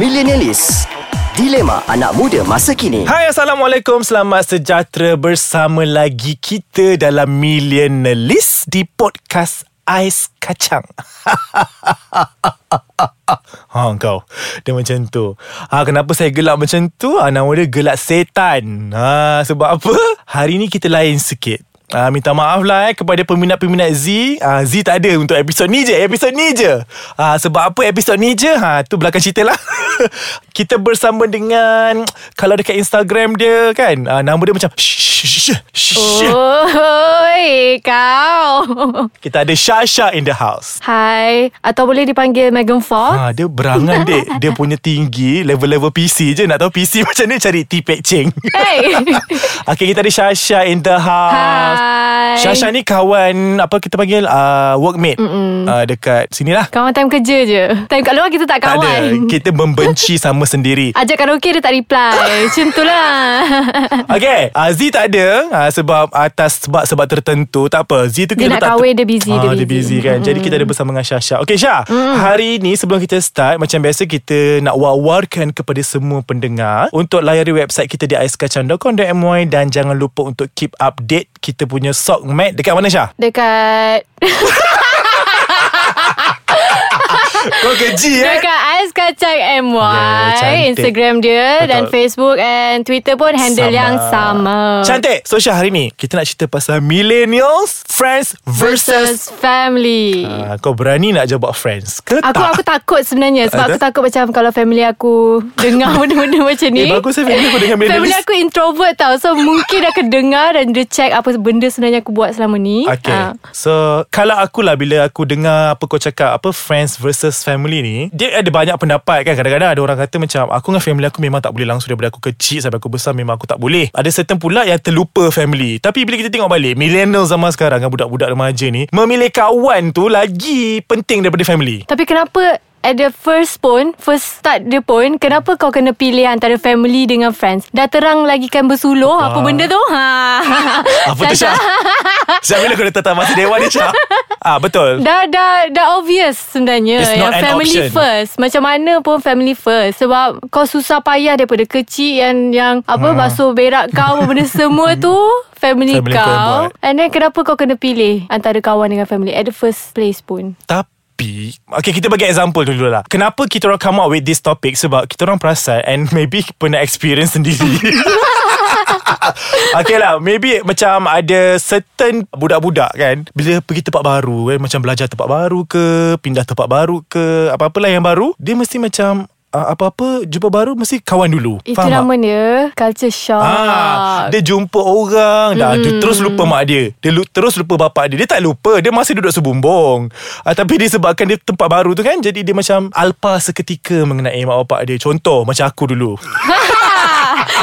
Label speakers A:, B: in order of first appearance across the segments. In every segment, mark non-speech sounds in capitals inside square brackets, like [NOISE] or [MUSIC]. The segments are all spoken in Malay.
A: Millenialis Dilema anak muda masa kini
B: Hai Assalamualaikum Selamat sejahtera Bersama lagi kita Dalam Millenialis Di podcast Ais Kacang Ha kau Dia macam tu ha, Kenapa saya gelak macam tu ha, Nama dia gelak setan ha, Sebab apa Hari ni kita lain sikit Uh, minta maaf lah eh kepada peminat-peminat Z uh, Z tak ada untuk episod ni je Episod ni je uh, Sebab apa episod ni je ha, Tu belakang cerita lah [LAUGHS] Kita bersama dengan Kalau dekat Instagram dia kan uh, Nama dia macam oh.
C: Oi, kau.
B: Kita ada Shasha in the house
C: Hai, atau boleh dipanggil Megan Fox?
B: Ha, dia
C: [LAUGHS]
B: berangan dek Dia punya tinggi Level-level PC je Nak tahu PC [LAUGHS] macam ni Cari tipek ceng
C: Hey.
B: [LAUGHS] Okay kita ada Shasha in the house
C: Hai.
B: Shasha ni kawan Apa kita panggil uh, Workmate uh, Dekat sini lah
C: Kawan time kerja je. Time kat luar kita tak
B: Tak ada
C: kawan.
B: Kita membenci sama sendiri
C: Ajak karaoke dia tak
B: [LAUGHS]
C: reply. Macam tu lah.
B: Okay uh, Z tak ada uh, Sebab atas sebab-sebab tertentu Tak apa Z tu
C: Dia
B: kita
C: nak
B: tak
C: kahwin, dia busy,
B: Ah,
C: dia
B: Dia busy
C: busy.
B: kan Jadi kita ada bersama dengan Syah Syah Okay Syah Hari ni sebelum kita start Macam biasa kita nak wawarkan Kepada semua pendengar Untuk layari website kita di aiskacang.com.my Dan jangan lupa untuk keep update Kita punya sock mat Dekat mana Syah?
C: Dekat
B: Kau keji eh
C: Dekat Ais Kacang MY
B: Yeah, cantik.
C: Instagram dia
B: Betul.
C: Dan Facebook And Twitter pun handle
B: Sama.
C: yang sama
B: Cantik So Syah hari ni Kita nak cerita pasal Millennials Friends versus
C: Versus family
B: Ah, Kau berani nak jawab friends ke
C: Aku
B: tak?
C: aku takut sebenarnya Sebab
B: Ada?
C: aku takut macam Kalau family aku
B: [LAUGHS]
C: Dengar benda-benda macam
B: Eh,
C: ni
B: bagus eh family aku dengar benda
C: Family
B: ni.
C: aku introvert tau [LAUGHS] So mungkin dia akan dengar Dan dia check Apa benda sebenarnya aku buat selama ni
B: Okay
C: Ah.
B: So Kalau akulah Bila aku dengar Apa kau cakap Apa friends versus family ni Dia ada banyak pendapat kan Kadang-kadang ada orang kata macam Aku dengan family aku Memang tak boleh langsung Daripada aku kecil Sampai aku besar Memang aku tak boleh Ada certain pula Yang terlupa family Tapi bila kita tengok balik Millennial zaman sekarang Dengan budak-budak remaja ni Memilih kawan tu Lagi penting daripada family
C: Tapi kenapa At the first pun First start dia pun Kenapa kau kena pilih Antara family dengan friends Dah terang lagi kan bersuluh Apa benda tu ha. [LAUGHS]
B: Apa tu Syah? Syah bila kau dah tetap masa dewa ni Syah? Ah betul
C: Dah dah dah obvious sebenarnya
B: It's
C: yang
B: not an
C: family
B: option.
C: first. Macam mana pun family first sebab kau susah payah daripada kecil yang yang apa basuh berak kau apa benda semua tu family,
B: Hmm. Family kau yang
C: kau.
B: buat.
C: And then kenapa kau kena pilih antara kawan dengan family at the first place pun?
B: Tapi Okay kita bagi example dulu lah Kenapa kita orang come up with this topic Sebab kita orang perasan And [LAUGHS] maybe pernah experience sendiri [LAUGHS] Okay lah Maybe macam ada certain budak-budak kan Bila pergi tempat baru kan Macam belajar tempat baru ke Pindah tempat baru ke Apa-apalah yang baru Dia mesti macam uh, Apa-apa jumpa baru Mesti kawan dulu
C: Itu
B: Faham tak?
C: nama dia culture shock.
B: Ah, dia jumpa orang dah
C: Hmm.
B: dia terus lupa mak dia. Dia lu, terus lupa bapak dia. Dia tak lupa, dia masih duduk sebumbung. Ah, tapi disebabkan dia tempat baru tu kan jadi dia macam alpa seketika mengenai mak bapak dia. Contoh macam aku
C: [LAUGHS]
B: dulu. [LAUGHS]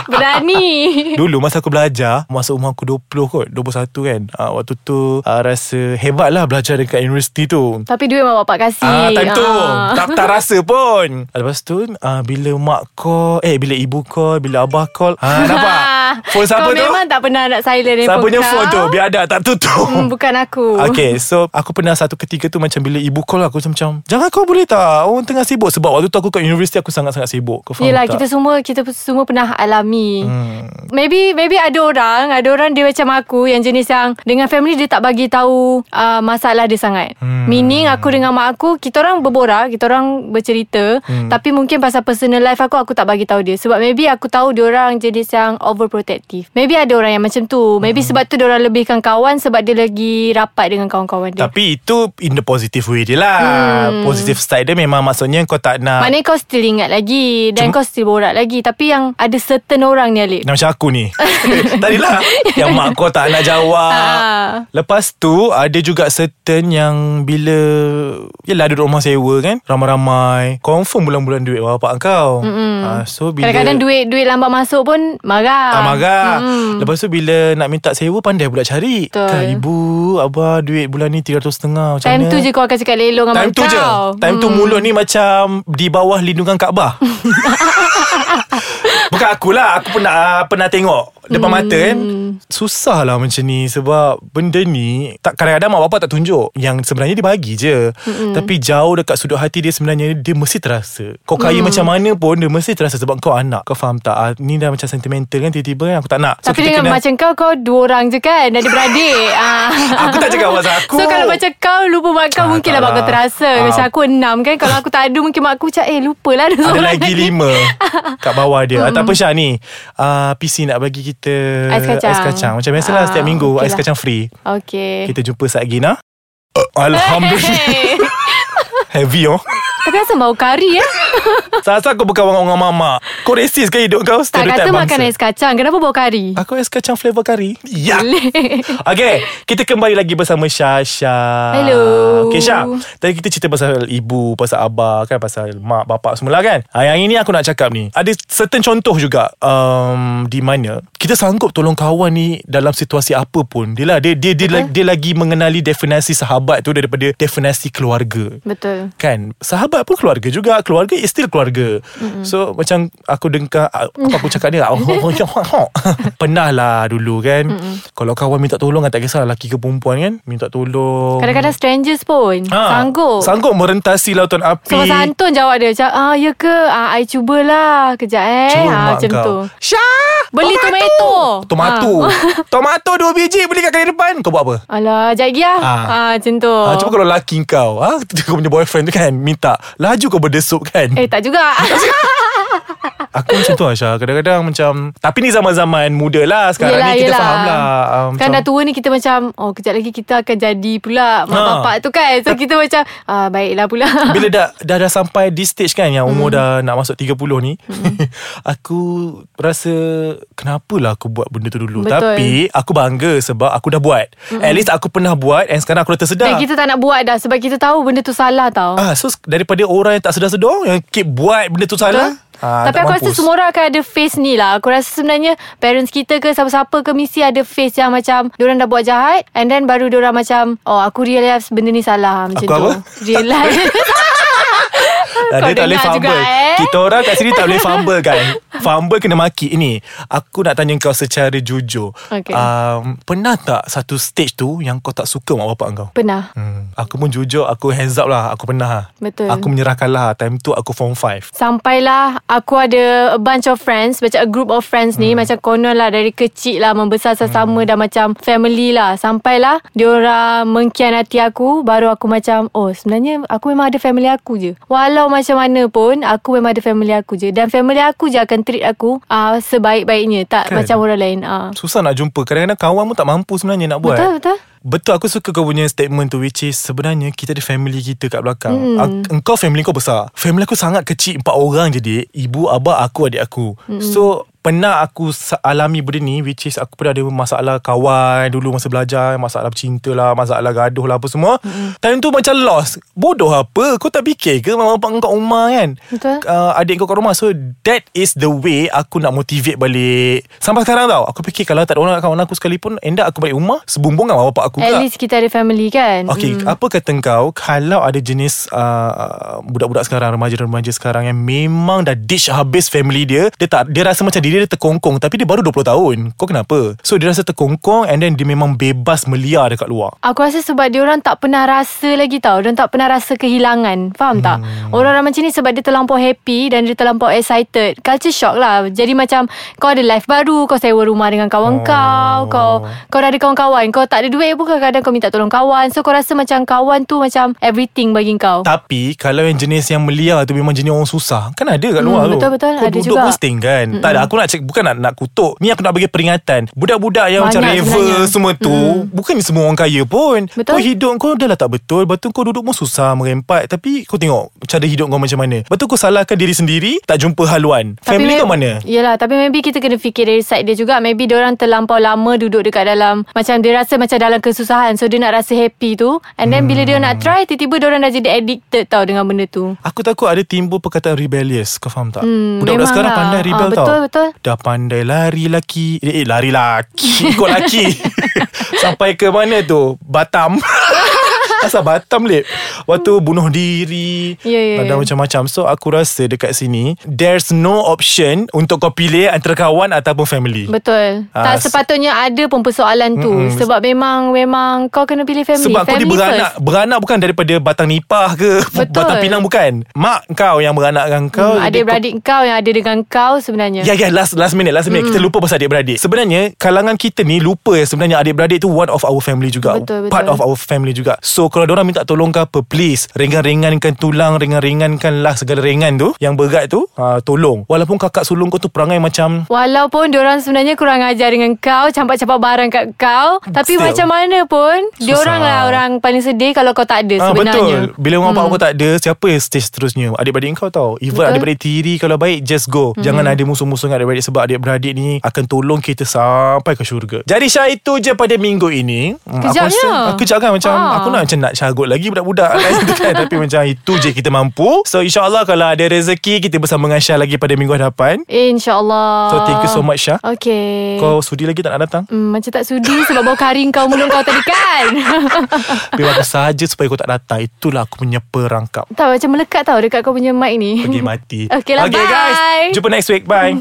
C: Berani.
B: Dulu masa aku belajar, masa umur aku 20 kot, 21 kan. Ah, waktu tu ah, rasa hebat lah belajar dekat universiti tu.
C: Tapi duit mak bapak kasih.
B: Ah, time tu
C: Ah.
B: tak, tak rasa pun Lepas tu ah, Bila mak call Eh bila ibu call Bila abah call ah,
C: [LAUGHS]
B: Nampak Phone siapa
C: kau
B: tu
C: memang tak pernah nak silent
B: Siapa
C: handphone
B: punya
C: kau.
B: phone tu Ah, Biar ada tak tutup
C: Eh, Hmm, Bukan aku
B: Okay so Aku pernah satu ketika tu Macam bila ibu call aku Macam, macam Jangan kau boleh tak Orang tengah sibuk Sebab waktu tu aku kat universiti Aku sangat-sangat sibuk Kau faham
C: Yelah
B: tak
C: kita semua Kita semua pernah alami hmm. Maybe Maybe ada orang Ada orang dia macam aku Yang jenis yang Dengan family dia tak bagi tahu uh, Masalah dia sangat hmm. Meaning aku dengan mak aku Kita orang berborak Kita orang bercerita hmm. Tapi mungkin pasal personal life aku Aku tak bagi tahu dia Sebab maybe aku tahu Dia orang jenis yang Overprotective Maybe ada orang yang macam tu Maybe sebab tu Dia orang lebihkan kawan Sebab dia lagi rapat Dengan kawan-kawan dia
B: Tapi itu In the positive way dia lah hmm. Positive side dia memang Maksudnya kau tak nak
C: Maknanya kau still ingat lagi Dan kau still borak lagi Tapi yang ada certain orang ni Alip
B: Yang macam aku
C: [LAUGHS]
B: ni Tadilah Yang mak kau tak nak jawab
C: Ah.
B: Lepas tu Ada juga certain yang Bila Yelah duduk rumah sewa kan Ramai-ramai Confirm bulan-bulan duit bapak kau ha, So bila
C: Kadang-kadang duit duit lambat masuk pun marah. Hmm.
B: Tak marah mm-hmm. Lepas tu bila nak minta sewa Pandai pula cari
C: Betul.
B: Kan, Ibu Abah duit bulan ni 300 setengah Macam
C: Time
B: mana
C: tu je kau akan cakap lelong dengan
B: Time
C: Hmm. mak
B: tu je
C: kau.
B: Time tu mulut ni macam Di bawah lindungan Kaabah [LAUGHS] Bukan akulah Aku pernah ah, pernah tengok Depan hmm. mata kan Susah lah macam ni Sebab benda ni tak Kadang-kadang mak bapak tak tunjuk Yang sebenarnya dia bagi je hmm. Tapi jauh dekat sudut hati dia Sebenarnya dia mesti terasa Kau kaya hmm. macam mana pun Dia mesti terasa Sebab kau anak Kau faham tak ah, Ni dah macam sentimental kan Tiba-tiba kan aku tak nak
C: Tapi
B: kita
C: dengan
B: kena-
C: macam kau Kau dua orang je kan
B: [LAUGHS]
C: Adik-beradik ah.
B: Aku tak cakap pasal aku.
C: [LAUGHS] So kalau macam kau Lupa mak kau
B: Ah,
C: Mungkin lah
B: tak
C: mak kau
B: lah.
C: terasa
B: Ah.
C: Macam aku enam kan Kalau aku tak adu Mungkin mak aku macam Eh lupa lah ada,
B: Ada
C: [LAUGHS] seorang
B: lagi lima Kat bawah dia mm. Tak apa Syah ni uh, PC nak bagi kita
C: Ais kacang.
B: Ais kacang Macam biasalah
C: Ah,
B: Setiap minggu
C: okey
B: Ais
C: lah.
B: kacang free
C: Okay
B: Kita jumpa saat Gina uh, Alhamdulillah
C: Hey.
B: Heavy oh
C: [LAUGHS] Tapi asal bau kari eh
B: Sasa kau berkawan dengan orang mamak Kau resis ke hidup kau
C: Tak
B: Stereotype
C: kata
B: bangsa. Ah.
C: makan ais kacang Kenapa bau kari
B: Aku ais kacang flavor kari Ya
C: Boleh.
B: [LAUGHS] Okay Kita kembali lagi bersama Syah Syah
C: Hello.
B: Okay Syah Tadi kita cerita pasal ibu Pasal abah kan Pasal mak bapak semula kan ha, Yang ini aku nak cakap ni Ada certain contoh juga um, Di mana Kita sanggup tolong kawan ni Dalam situasi apa pun Dia lah dia, dia, dia, dia, dia lagi mengenali Definasi sahabat tu Daripada definasi keluarga
C: Betul
B: Kan Sahabat pun keluarga juga Keluarga is still keluarga mm-hmm. So macam Aku dengkar Apa aku cakap lah.
C: [LAUGHS]
B: dia [LAUGHS] Pernah lah dulu kan mm-hmm. Kalau kawan minta tolong kan Tak kisah lelaki ke perempuan kan Minta tolong
C: Kadang-kadang strangers pun
B: Oh. Ah,
C: Sanggup
B: Sanggup merentasi lautan api
C: So masa Anton jawab dia Macam ah ya ke ah, I cubalah Kejap eh
B: Cuma
C: ah,
B: mak
C: Macam
B: kau.
C: tu
B: Syah
C: Beli tomato. Ha.
B: Tomato [LAUGHS] Tomato dua biji Beli kat kedai depan Kau buat apa?
C: Alah jap lagi lah ah.
B: Ah.
C: Macam tu
B: Oh. Ha, cuba kalau lelaki kau ha, [LAUGHS] Kau punya boyfriend tu kan Minta Laju kau berdesup kan
C: Eh tak juga
B: Aku macam tu Aisyah Kadang-kadang macam Tapi ni zaman-zaman muda lah Sekarang ni
C: Yelah,
B: kita
C: yelah.
B: faham lah um,
C: Kan dah tua ni kita macam Oh kejap lagi kita akan jadi pula Mak
B: Ha.
C: bapak tu kan So kita macam ah, Baiklah pula
B: bila dah, dah dah sampai di stage kan yang
C: Hmm.
B: umur dah nak masuk 30 ni [LAUGHS] aku rasa kenapalah aku buat benda tu dulu
C: Betul. Hmm.
B: tapi aku bangga sebab aku dah buat at least aku pernah buat and sekarang aku dah tersedar
C: Dan kita tak nak buat dah Sebab kita tahu benda tu salah tau
B: ah so s- daripada orang yang tak sedar-sedar yang keep buat benda tu salah ah,
C: Tapi
B: tak
C: aku rasa
B: mampus.
C: semua orang akan ada face ni lah Aku rasa sebenarnya Parents kita ke siapa-siapa ke Mesti ada face yang macam Diorang dah buat jahat And then baru diorang macam Oh aku realise benda ni salah Macam
B: Aku
C: tu
B: apa?
C: Realise
B: Ah,
C: Kau
B: dia tak boleh
C: dengar juga,
B: fumble
C: eh?
B: Kita orang kat sini tak boleh fumble kan
C: [LAUGHS]
B: Fumble kena maki Ini Aku nak tanya kau secara jujur
C: Okay.
B: um, Pernah tak satu stage tu Yang kau tak suka mak bapak kau?
C: [LAUGHS] Pernah
B: Hmm, aku pun jujur Aku hands up lah Aku pernah
C: Betul.
B: Aku menyerahkan lah Time tu aku form 5
C: Sampailah aku ada a bunch of friends Macam a group of friends ni Macam konon lah dari kecil lah Membesar sesama dan macam family lah Sampailah diorang mengkhianati aku Baru aku macam Oh sebenarnya aku memang ada family aku je Walau macam mana pun Aku memang ada family aku je Dan family aku je akan treat aku uh, Sebaik-baiknya Tak
B: Kan?
C: macam orang lain uh.
B: Susah nak jumpa Kadang-kadang kawan pun tak mampu sebenarnya nak buat
C: Betul betul
B: Betul aku suka kau punya statement tu Which is sebenarnya kita ada family kita kat belakang hmm. Engkau family kau besar Family aku sangat kecil Empat orang je dik Ibu, abah, aku, adik aku So pernah aku sa- alami benda ni Which is aku pernah ada masalah kawan Dulu masa belajar Masalah cinta lah Masalah gaduh lah apa semua hmm. Time tu macam lost Bodoh apa Kau tak fikir ke Mama bapak kau kat rumah kan
C: Betul.
B: uh, Adik kau kat rumah So that is the way Aku nak motivate balik Sampai sekarang tau Aku fikir kalau tak ada orang kawan aku sekalipun End up aku balik rumah Sebumbung dengan mak bapak aku
C: At
B: juga.
C: least kita ada family kan
B: Okay, hmm. apa kata kau kalau ada jenis uh, budak-budak sekarang, remaja-remaja sekarang yang memang dah ditch habis family dia, dia tak dia rasa macam diri dia terkongkong tapi dia baru 20 tahun. Kau kenapa? So dia rasa terkongkong and then dia memang bebas meliar dekat luar.
C: Aku rasa sebab diorang tak pernah rasa lagi tau Diorang tak pernah rasa kehilangan Faham tak? Orang-orang macam ni sebab dia terlampau happy Dan dia terlampau excited Culture shock lah Jadi macam Kau ada life baru Kau sewa rumah dengan kawan oh.
B: Oh.
C: kau Kau kau dah ada kawan-kawan Kau tak ada duit pun Kadang-kadang kau minta tolong kawan So kau rasa macam kawan tu Macam everything bagi kau
B: Tapi kalau yang jenis yang meliar tu memang jenis orang susah, kan ada kat luar tu.
C: Hmm, betul-betul,
B: Kau
C: ada
B: duduk
C: juga. Hmm,
B: posting kan. Mm-mm. Tak ada aku nak cek bukan nak nak kutuk. Ni aku nak bagi peringatan. Budak-budak yang macam
C: Banyak
B: raver
C: sebenarnya. Hmm.
B: semua tu, mm. bukan semua orang kaya pun.
C: Betul.
B: Kau hidup kau dah lah tak betul, lepas tu kau duduk pun susah merempat tapi kau tengok cara hidup kau macam mana. Lepas tu kau salahkan diri sendiri, tak jumpa haluan.
C: Tapi
B: Family
C: may-
B: kau mana?
C: Yelah Tapi maybe kita kena fikir Dari side dia juga Maybe diorang terlampau lama Duduk dekat dalam Macam dia rasa Macam dalam kesusahan So dia nak rasa happy tu And then bila dia
B: Hmm.
C: nak try Tiba-tiba diorang dah jadi addicted tau Dengan benda tu
B: Aku takut ada timbul perkataan rebellious Kau faham tak?
C: Hmm,
B: Budak-budak
C: memang
B: sekarang
C: lah.
B: pandai rebel tau
C: Ah, betul, betul.
B: Dah pandai lari laki Eh, eh
C: [LAUGHS] [LAUGHS]
B: lari laki Ikut laki Sampai ke mana tu? Batam Asal Batam lip Waktu bunuh diri
C: Ya, ya,
B: Kadang
C: ya.
B: macam-macam So aku rasa dekat sini There's no option Untuk kau pilih Antara kawan ataupun family
C: Betul.
B: Ah,
C: tak
B: s-
C: sepatutnya ada pun persoalan tu
B: Mm-mm.
C: sebab memang memang kau kena pilih family.
B: Sebab kau
C: family
B: ni beranak
C: first.
B: Beranak bukan daripada Batang Nipah ke
C: Betul.
B: Batang Pinang bukan Mak kau yang beranak dengan kau
C: Hmm, adik-beradik kau yang ada dengan kau sebenarnya. Hmm.
B: Ya ya last last minute last minute mm. kita lupa pasal adik-beradik. Sebenarnya kalangan kita ni lupa yang sebenarnya adik-beradik tu one of our family juga.
C: Betul, betul.
B: Part of our family juga. So kalau orang minta tolong ke apa please ringan-ringankan tulang, ringan-ringankanlah segala ringan tu yang berat tu uh, tolong. Walaupun kakak sulung kau tu perangai macam
C: Walaupun diorang sebenarnya kurang ajar dengan kau Campak-campak barang kat kau Tapi
B: Still.
C: macam mana pun Diorang lah orang paling sedih Kalau kau tak ada
B: Ah,
C: sebenarnya
B: betul Bila orang hmm. kau tak ada Siapa yang stay seterusnya Adik-beradik kau tau Even
C: Betul.
B: adik-beradik tiri Kalau baik just go hmm. Jangan ada musuh-musuh dengan adik-beradik Sebab adik-beradik ni Akan tolong kita sampai ke syurga Jadi Syah itu je pada minggu ini Hmm, Aku
C: Kejapnya.
B: rasa aku Kejap kan macam
C: Ah.
B: Aku nak macam nak cagut lagi Budak-budak lain tu kan [LAUGHS] Tapi macam itu je kita mampu So insyaAllah kalau ada rezeki Kita bersama dengan Syah lagi pada minggu hadapan
C: InsyaAllah
B: So thank
C: Ah.
B: you so much Syah
C: Okay
B: Kau sudi lagi tak nak datang
C: Hmm, macam tak sudi sebab bau karing kau mulut kau tadi kan
B: [LAUGHS] Biar aku saja supaya kau tak datang Itulah aku punya perangkap
C: Tak macam melekat tau dekat kau punya mic ni [LAUGHS]
B: Pergi mati
C: Okay lah,
B: okay,
C: bye.
B: guys Jumpa next week Bye